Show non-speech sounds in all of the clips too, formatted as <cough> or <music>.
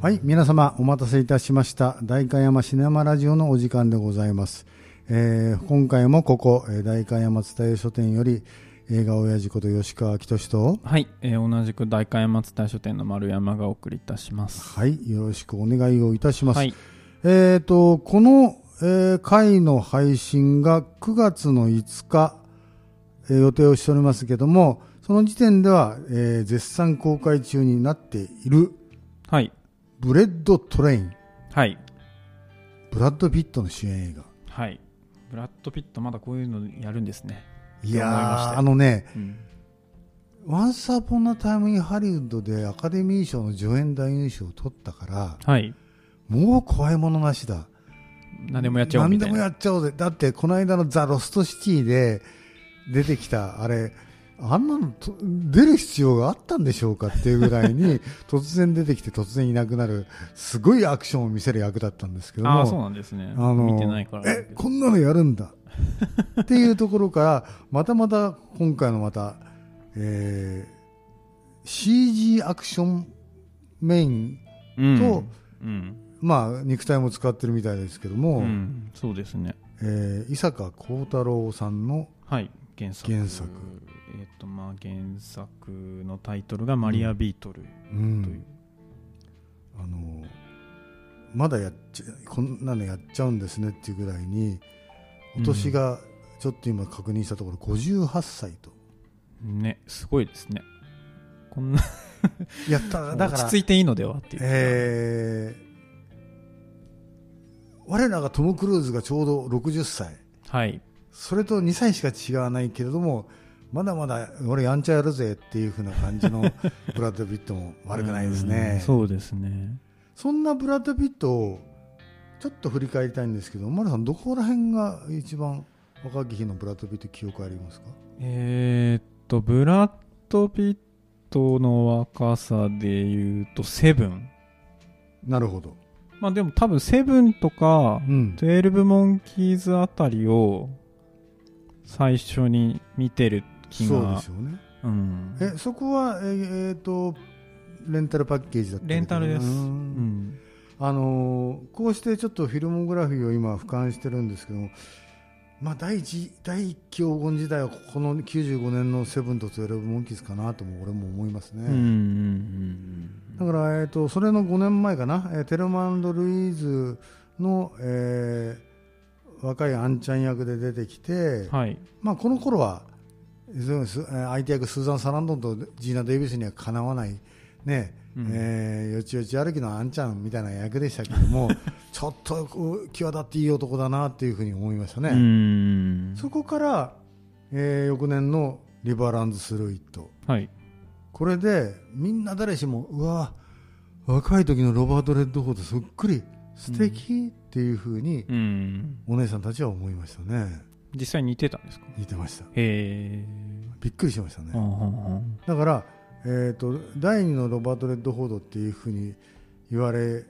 はい、皆様お待たせいたしました。代官山シネマラジオのお時間でございます。えー今回もここ、えー代官山伝え書店より映画親父こと吉川きとしと、はい、えー同じく代官山津大書店の丸山がお送りいたします。はい、よろしくお願いをいたします。はい、えっ、と、この、えー回の配信が9月の5日、えー予定をしておりますけども、その時点では、えー絶賛公開中になっているはい、ブレッドトレイン、はい、ブラッド・ピットの主演映画。はい。ブラッド・ピット、まだこういうのやるんですね。いや思いましたー、よあのね、うん、ワンサーポンなタイムにハリウッドでアカデミー賞の助演男優賞を取ったから、はい、もう怖いものなしだ。何でもやっちゃおう何みでたいもやな。っちゃおうぜ。だって、この間のザ・ロストシティで出てきた、あれ、あんなのと出る必要があったんでしょうかっていうぐらい <laughs> に、突然出てきて突然いなくなる、すごいアクションを見せる役だったんですけども。ああー、そうなんですね。あの見てないから。えこんなのやるんだっていうところからまたまた今回のまた、えー CG アクションメイン、うん、とうん、まあ、肉体も使ってるみたいですけどうも、ん、そうですね。えー伊坂幸太郎さんのはい、原作。原作えっ、と、まあ、原作のタイトルがマリア・ビートルうといんう。あのまだやっちゃこんなのやっちゃうんですねっていうぐらいにお年がちょっと今確認したところ58歳と、ね、すごいですね。こんな、やっただ落からち着いていいのではっていう。えー我らがトム・クルーズがちょうど60歳はい、それと2歳しか違わないけれどもまだまだ俺やんちゃやるぜっていう風な感じの <laughs> ブラッド・ピットも悪くないですうんねそそうですね。んなブラッド・ピットをちょっと振り返りたいんですけど丸さんどこら辺が一番若き日のブラッド・ピット記憶ありますかえーっと、ブラッド・ピットの若さで言うと、セブン。なるほど、まあでも多分、セブンとかう、ん、 12モンキーズあたりを最初に見てる気そうでがす。よねうんえそこはえっ、えーとレンタルパッケージだったりとかレンタルです。ううんん。あのーこうしてちょっとフィルモグラフィーを今俯瞰してるんですけども、まあ、第一第一期黄金時代はここの95年の「セブンと12モンキーズ」かなとも俺も思いますうんうんうね、んだから、えー、とそれの5年前かな、えーテルマンド・ルイーズの、えー若いアンちゃん役で出てきて、うんはい。まあ、この頃はそうですえー相手役スーザン・サランドンとジーナ・デイビスにはかなわない、ねうんえーよちよち歩きのあんちゃんみたいな役でしたけど <laughs> もちょっとこう際立っていい男だなっていうふうに思いましたうね、ん。そこから、えー翌年の「リバランズ・スルイットはい。」これでみんな誰しもうわ若い時のロバート・レッドフォードそっくり素敵っていうふうにうん。お姉さんたちは思いましたね実際似てたんですか似てましたへびっくりしましたねえ。うんだから、えー、と第二のロバート・レッドフォードっていうふうに言われ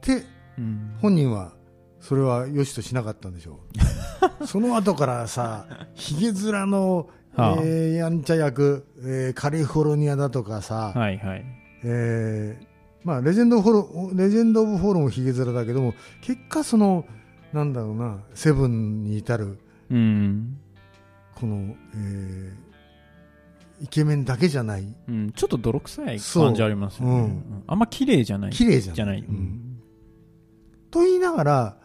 てうん。本人はそれは良しとしなかったんでしょ <laughs> うその後からさひげ面の、はあえーやんちゃ役、えーカリフォルニアだとかさ、はいはい。えーまあ、レジェンドフォロレジェンド・オブ・フォールもひげ面だけども結果そのなんだろうなセブンに至るうん。この、えーイケメンだけじゃないうん、ちょっと泥臭いそう感じありますよね。うんうんあんま綺麗じゃない。綺麗じゃないじゃない。ううんんと言いながら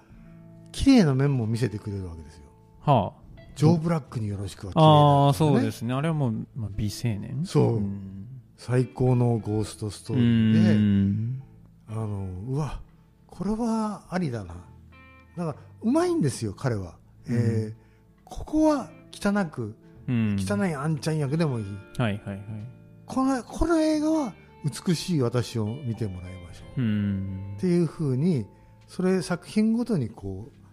綺麗な面も見せてくれるわけですよはジョー・ブラックによろしくは綺あ。麗ああー、だそうですすね。あれはもう、まあ、美青年。そううん最高のゴーストストうーリーでん。あのうわこれはありだなだからうまいんですよ彼は、うんえーここは汚くうん汚はいいあんちゃん役でもいい、はいはい。このこの映画は美しい私を見てもらいましょう、うっん。ていうふうにそれ作品ごとにこう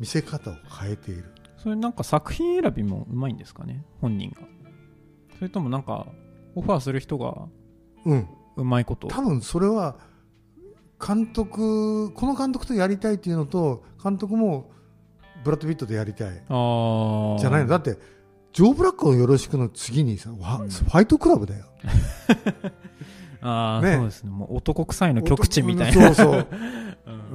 見せ方を変えているそれなんか作品選びもうまいんですかね、本人が。それともなんか、オファーする人がうんうまいこと。多分それは監督この監督とやりたいっていうのと監督もブラッド・ピットとやりたいああ。じゃないのだってジョー・ブラックをよろしくの次にさわうんファイトクラブだよああ、ねそうですね。もう男臭いの極致みたいな。な。そうそう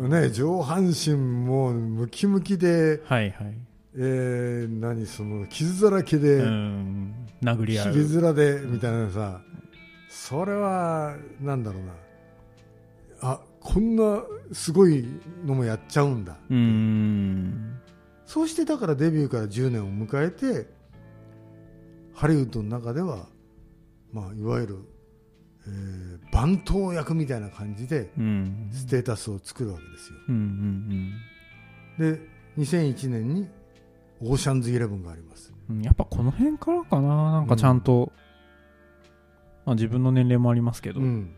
う。ん <laughs> ね、上半身もうムキムキで、はいはい。えー、何その、傷だらけで、うん。殴り合ひう。げ面でみたいなのさそれはなんだろうなあこんなすごいのもやっちゃうんだうーん。そうしてだからデビューから10年を迎えてハリウッドの中では、まあ、いわゆる、えー番頭役みたいな感じでうん。ステータスを作るわけですようんうんで2001年にオーシャンズイレブンがありますうんうん。やっぱこの辺からかな。なんかちゃんと、まあ自分の年齢もありますけど、うん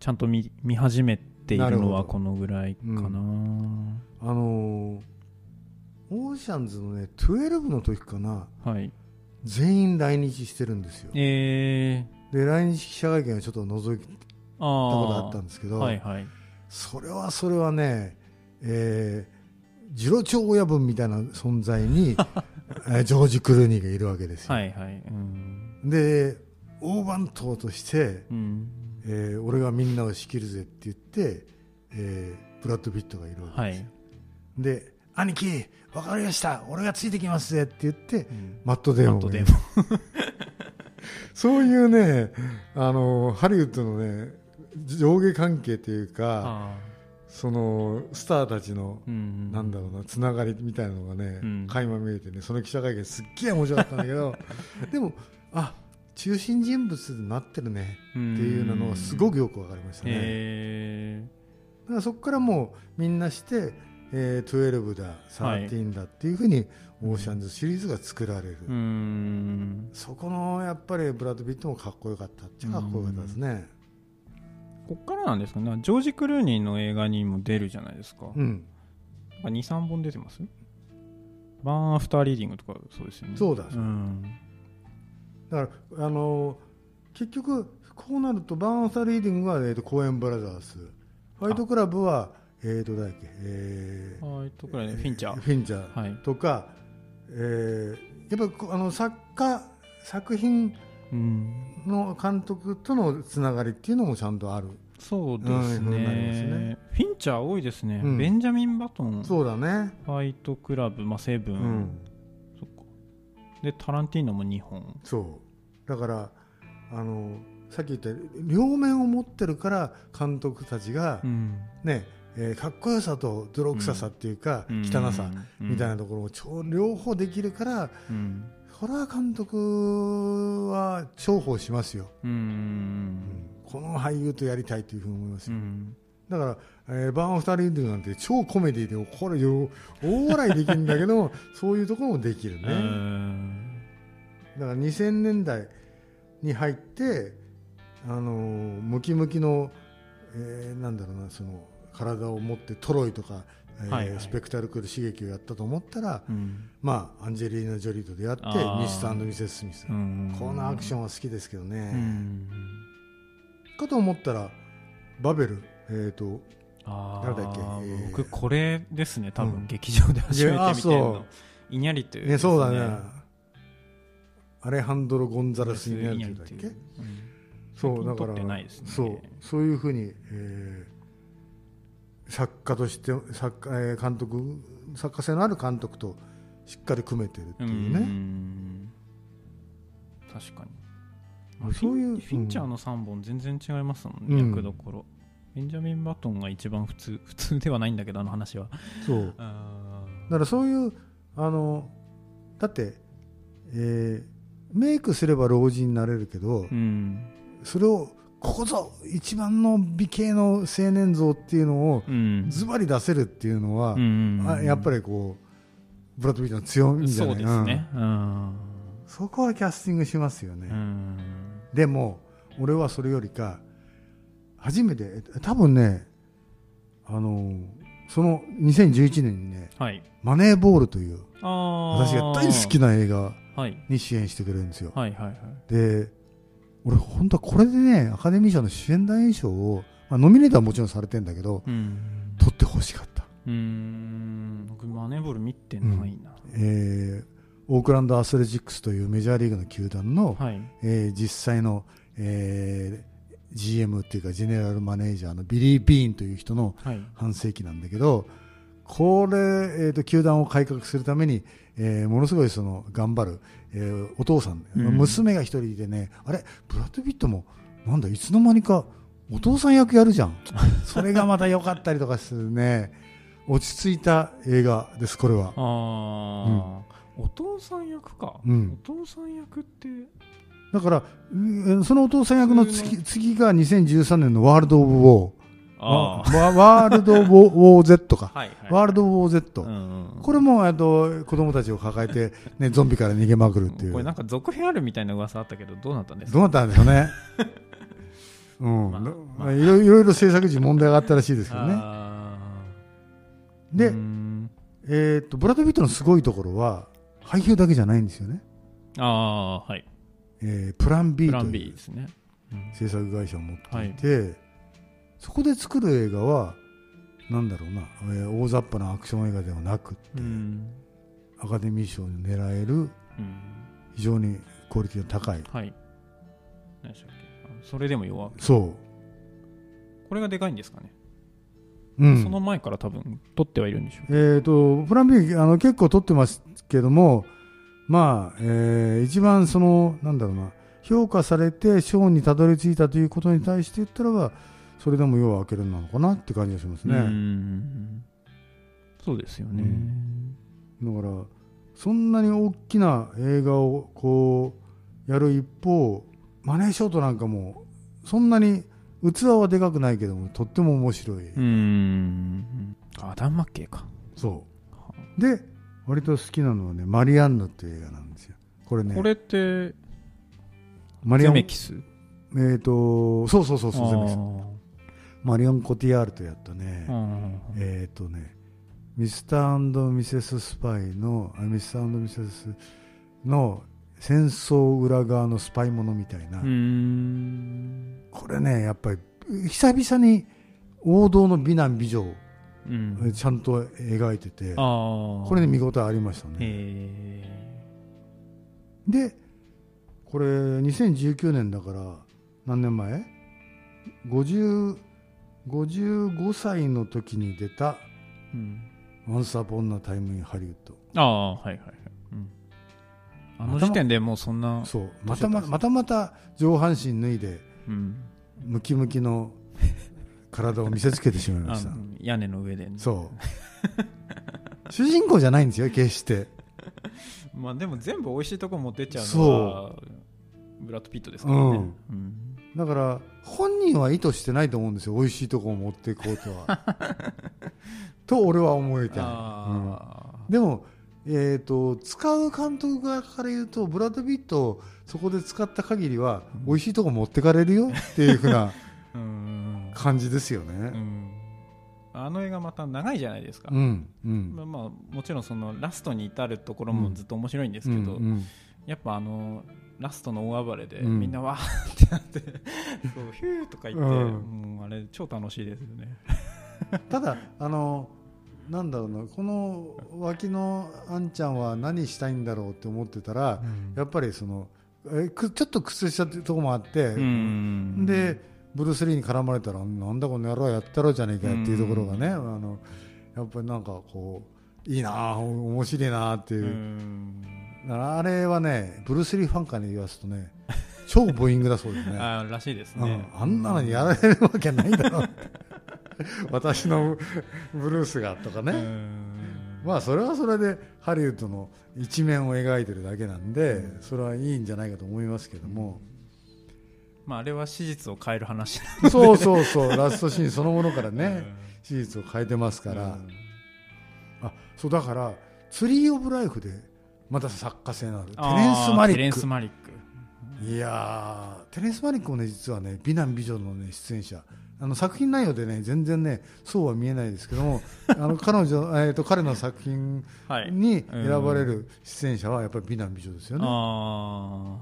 ちゃんと見見始めているなのるほどはこのぐらいかな。うあのーオーシャンズのね12の時かなはい。全員来日してるんですよえー、で来日記者会見はちょっと覗いたこあとあ。あったんですけど、はいはい。それはそれはねえー、次郎長親分みたいな存在 <laughs> に、えージョージ・クルーニーがいるわけですよ、はいはい。うん。で大番頭として、うん。えー俺がみんなを仕切るぜって言って、えーブラッド・ピットがいるわけはですよ、い。で兄貴分かりました俺がついてきますぜって言ってうんマット・デーモンあとがいでるも。 <laughs> そういうね、あのハリウッドのね、上下関係というか、ああ。そのスターたちの、うん。なんだろうな、つながりみたいなのがね、うん垣間見えてね、その記者会見、すっげえ面白かったんだけ <laughs> ど、でも、あ中心人物になってるねってていうのがすごくよく分かりましたね。えだからそこからもうみんなして、えー、12だ、13だっていうふうに、オーシャンズシリーズが作られる。ー、うーんそこのやっぱりブラッド・ピットもかっこよかったっちゃかっこよかったですね。こっからなんですかねジョージ・クルーニーの映画にも出るじゃないですか、うん23本出てますバーン・アフター・リーディングとかそうですよねそうだん、だから、あの結局、こうなるとバーン・アフター・リーディングは、えー、と公園ブラザーズ、ファイトクラブは、えー、と誰だっけ、えーはいとくらいでフィンチャーフィンチャはいーとか、えーやっぱりこあの作家、作品うんの監督とのつながりっていうのもちゃんとある、そうですうんそうなりますね,、ねフィンチャー多いですね、うんベンジャミン・バトンフそうだね、ァイトクラブ、まあ、セブン、うんそっかでタランティーノも2本そうだからあの、さっき言った両面を持ってるから、監督たちが。うんねえーかっこよさと泥臭さっていうか、汚さみたいなところを超両方できるから、うんホラー監督は重宝しますよ、うんうんこの俳優とやりたいというふうに思いますうよ、んだから、えーバーン・オフタリングなんて超コメディでこれよ大笑いできるんだけど <laughs> そういうところもできるね、うんだから2000年代に入って、あのームキムキの、えーなんだろうなその体を持ってトロイとか、えーはいはいスペクタルクル刺激をやったと思ったら、うんまあ、アンジェリーナ・ジョリーと出会ってあーミスターミセス・スミス、うんこのアクションは好きですけどうね、んかと思ったらバベル、えー、とあ誰だっけえーー僕これですね多うん分劇場で初めていやあ見てるそうのイニャリというねそうだねアレハンドロ・ゴンザザラス・になるだっけそうだだかかららないですねそうそういうふうに、えー作家として作家、えー監督作家性のある監督としっかり組めてるってういうね、ん確かにまあそういうフィンフィンチャーの3本全然違いますもんねうん役どころベンジャミン・バトンが一番普通普通ではないんだけどあの話はそうあだからそういうあのだって、えーメイクすれば老人になれるけど、ーうんそれをここぞ一番の美形の青年像っていうのをうんズバリ出せるっていうのは、うんあやっぱりこうブラッド・ピットの強みじゃそなういでかなすねうんそこはキャスティングしますよね、うんでも俺はそれよりか初めてえ多分ねあのその2011年にねはい。 「マネーボール」というああ。私が大好き。な映画はい。に支援してくれるんですよ、はいはいはい。で俺本当はこれでねアカデミー賞の主演男優賞を、まあ、ノミネートはもちろんされてんだけどうん。取ってほしかった、うーん。僕、マネーボール見てないな。えーオークランド・アスレチックスというメジャーリーグの球団の、はい。えー実際の、えー GM っていうかジェネラルマネージャーのビリー・ビーンという人のはい。半世紀なんだけどこれ、えー、と球団を改革するために、えーものすごいその頑張る、えーお父さん、うん娘が一人でねあれブラッド・ピットもなんだいつの間にかお父さん役やる <laughs> じゃんそれがまた良かったりとかするね落ち着いた映画ですこれはああ、お父さん役か。うんお父さん役って、だからうんそのお父さん役の次次が2013年のワールド・オブ・ウォーああ、わワールド・ウォーウォー Z か、はい、はい。ワールド・ウォー Z、うんうんこれもあと子供たちを抱えて、ね、 <laughs> ゾンビから逃げまくるっていう。これなんか続編あるみたいな噂あったけど、どうなったんですかどうなったんでしょう <laughs> ね。うん、まあなまあいろいろいろ制作時問題があったらしいですけどね。あーで、うーんえーっとブラッド・ピットのすごいところは配給だけじゃないんですよね。あー、はい。えープラン B プとランい B うですね。うん制作会社を持っていて、そこで作る映画はなんだろうな、えー大雑把なアクション映画ではなくって、うん。アカデミー賞に狙えるうん非常にクオリティの高いはい。何でしたっけあのそれでも弱い。そこれがでかいんですかね。う、うん、その前から多分、取ってはいるんでしょうえー、とプラン B あの結構取ってますけども、まあえー一番そのなんだろうな評価されて賞にたどり着いたということに対して言ったらばそれでも要は開けるなのかなって感じがしますね。うね、んそうですよね。うだからそんなに大きな映画をこうやる一方マネーショートなんかもそんなに器はでかくないけどもとっても面白い、うん。アダン・マッケイか。そうで割と好きなのはねマリアンヌっていう映画なんですよこれねこれって、マリゼアンメキス。えー、とそうそうそうそうゼメキスあマリオン・コティアールとやったね、ーえっ、とねミスターミセス・スパイのあミスターミセスの戦争裏側のスパイものみたいな、うーん。これねやっぱり久々に王道の美男美女をうん。ちゃんと描いててこああ。れね見応えありましたねえでこれ2019年だから何年前50 ?55 歳の時に出たーうん、 「Once Upon a Time in Hollywood ああはいはいはい、うん、あの時点でもうそん」な、そうどまうしよたうままたまた上半身脱いでうん、ムキムキの体を見せつけてしまいま <laughs> あしたの屋根の上で、ね、そう主人公じゃないんですよ決してまあでも全部美味しいとこ持ってっちゃうのはブラッド・ピットですからね、うんうんだから本人は意図してないと思うんですよ美味しいとこを持っていこうと <laughs> はと俺は思いたい、うんああ、でも、えー、と使う監督側から言うとブラッド・ピットをそこで使った限りはうん美味しいとこ持ってかれるよっていうふう <laughs> なうん感じですようね。んあの映画また長いじゃないですか、うんうまんあまあ、もちろんそのラストに至るところもずっと面白いんですうけど、んやっぱあのラストの大暴れで、うんみんなわーって <laughs> なってそうヒューとか言って、うんもうあれ超楽しいですよねただあのなんだろうなこの脇のあんちゃんは何したいんだろうって思ってたら、やっぱりそのえくちょっと屈折したとこもあって、うんでブルース・リーに絡まれたらなんだこの野郎やったろうじゃねえかっていうところがね、うんあのやっぱりなんかこういいなあお面白いなあっていうう、んだからあれはねブルース・リーファンから言わすとね超ボーイングだそうですね <laughs> あーらしいですうね、ん、あんなのにやられるわけないだろうって <laughs> 私のブルースがとかうね、んまあそれはそれでハリウッドの一面を描いてるだけなんで、それはいいんじゃないかと思いますけども、まああれは史実を変える話だそうそうそう、ラストシーンそのものからね、史実を変えてますから、あそうだから、ツリー・オブ・ライフで、また作家性のある、テレンス・マリテレンス・ッマリックク、いやー、テレンス・マリックもね、実はね、美男美女の、ね、出演者、あの作品内容でね、全然ね、そうは見えないですけど <laughs> も、あの彼女、えーと、彼の作品はいに選ばれる出演者は、やっぱり美男美女ですよね。あ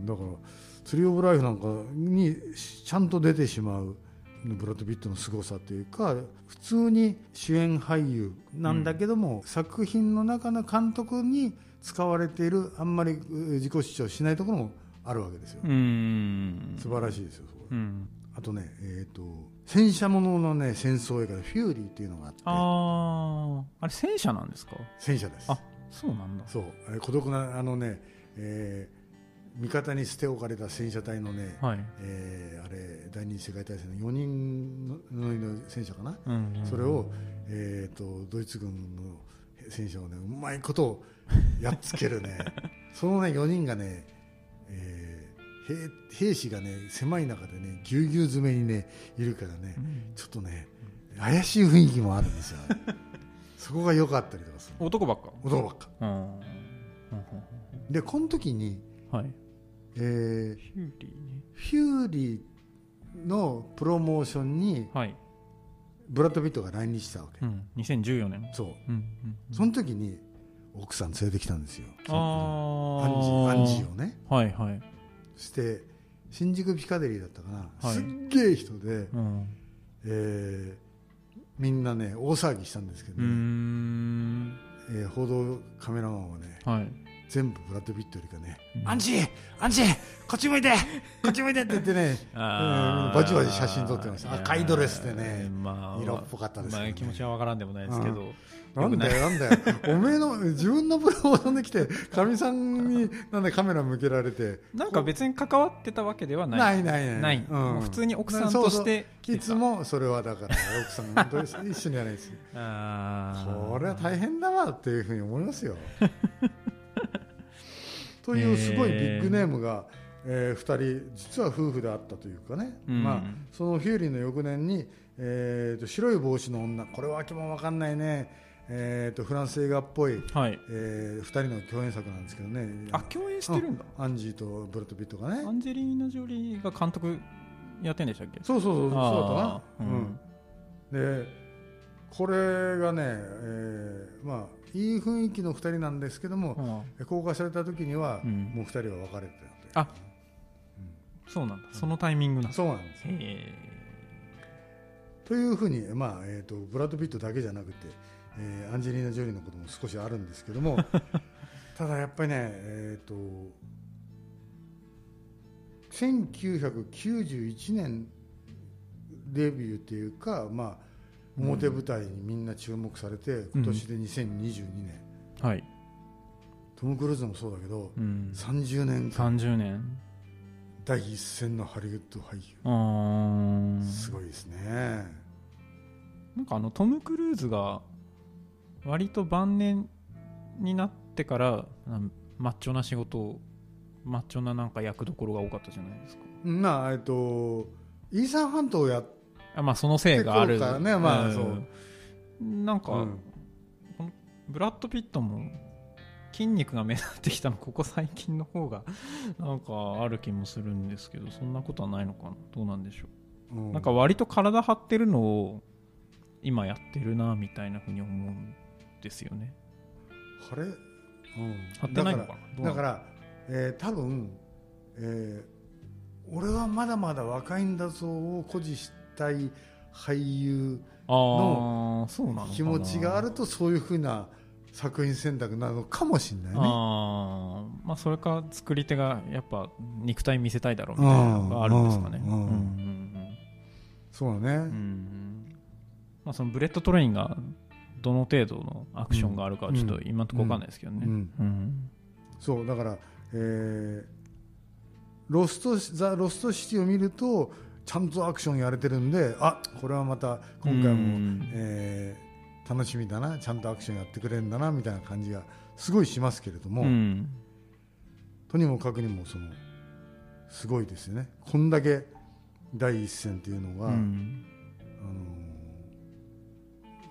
うん、だから「ツリー・オブ・ライフ」なんかにちゃんと出てしまうブラッド・ピットの凄さというか普通に主演俳優なんだけども、作品の中の監督に使われているあんまりえー自己主張しないところもあるわけですよ、うん素晴らしいですよそこうんあとねえっ、と戦車もののね戦争映画で「フューリー」っていうのがあってあああれ戦車なんですか戦車ですあそうなんだそうえー孤独なあのね、えー味方に捨て置かれた戦車隊のね、はいえーあれ第二次世界大戦の4人の乗りの戦車かな、うんそれを、えー、とドイツ軍の戦車をねうまいことをやっつけ <laughs> るねそのね4人がね、えー兵兵士がね狭い中でねぎゅうぎゅう詰めにねいるからねうんちょっとね怪しい雰囲気もあるん <laughs> ですよそこが良かったりとかする男ばっか男ばっかうんうんでこの時に、はいえーヒューリーねフューリーのプロモーションにはいブラッド・ピットが来日したわけ、うん2014年そううんうんうんその時に奥さん連れてきたんですよああアンジーアンジーをねはいはいして新宿ピカデリーだったかな、はいすっげえ人で、うんえーみんなね大騒ぎしたんですけどうーね、んえー報道カメラマンはねはい全部ブラッド・ピットよりかね、うんアンジーアンジーこっち向いてこっち向いてって言ってねあーバチバチ写真撮ってました赤いドレスでねまあ色っぽかったですけどねまあ気持ちはわからんでもないですけどなんだよ、なんだよ。おめえの、自分のブログを飛んできて、かみさんに、なんでカメラ向けられて。なんか別に関わってたわけではないないないない。ないもう普通に奥さんとしてそうそういつも、それはだから、奥さんと一緒にやらないです。 <laughs> あーこれは大変だわっていうふうに思い <laughs> ますよ。という、すごいビッグネームが、えー二人、実は夫婦であったというかね。うんまあ、そのフューリーの翌年に、えーと白い帽子の女、これは秋もわかんないね。えーとフランス映画っぽい、はいえー、2人の共演作なんですけどねあ共演してるんだアンジーとブラッド・ピットがねアンジェリーナ・ジョリーが監督やってんでしたっけそうそうそうそうだあったーな、うんでこれがね、えーまあいい雰囲気の2人なんですけども、あ公開された時には、うんもう2人は別れてたあんでーそうなんだそのタイミングなんだそうなんですへえというふうに、まあえー、とブラッド・ピットだけじゃなくて、えーアンジェリーナ・ジョリーのことも少しあるんですけど <laughs> もただやっぱりねえっ、と1991年デビューっていうか、まあ、表舞台にみんな注目されて、今年で2022年はいトム・クルーズもそうだけど、うん30年間30年第一線のハリウッド俳優あーすごいですねなんかあのトム・クルーズが割と晩年になってからなんマッチョな仕事をマッチョななんか役どころが多かったじゃないですかなあえっ、とイーサン・ハントをやっあまあそのせいがある結構からねまあんそうなんか、た、ブラッド・ピットも筋肉が目立ってきたのここ最近の方がなんかある気もするんですけどそんなことはないのかなどうなんでしょううなんか割と体張ってるのを今やってるなみたいなふうに思うんですよねあれ、うん、張ってないのだかかならだから、えー多分、えー俺はまだまだ若いんだぞを誇示したい俳優ああそうなのかな気持ちがあるとそういうふうな作品選択なのかもしれないね。あーまあそれか作り手がやっぱ肉体見せたいだろうみたいなのがあるんですかねううんんううんんうんそうだうんうんうね、んまあそのブレッドトレインがどの程度のアクションがあるかはちょっと今のところわかんないですけどねうんうんそうだから、えーロストザ・ロストシティを見るとちゃんとアクションやれてるんであこれはまた今回もうんえー楽しみだなちゃんとアクションやってくれるんだなみたいな感じがすごいしますけれども、うんとにもかくにもそのすごいですよねこんだけ第一線っていうのうは、んあのー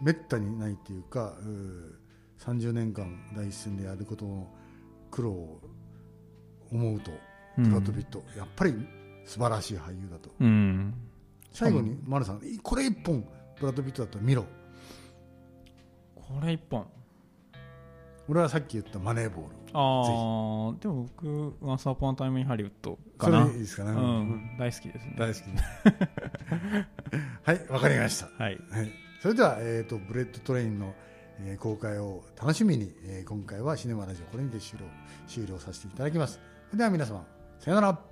めったにないっていうかうー30年間第一線でやることの苦労を思うとうブんラッド・ピット、やっぱり素晴らしい俳優だとうん最後に丸さんいこれ一本ブラッド・ピットだったら見ろこれ一本俺はさっき言ったマネーボールああでも僕「ワンスアポンタイムインハリウッドかそれないいですかね、うん大好きですね大 <laughs> 好きはいわかりました、はいはい、それでは、えー、とブレッドトレインの、えー公開を楽しみに、えー今回はシネマラジオこれにて終了終了させていただきますそれでは皆様さよなら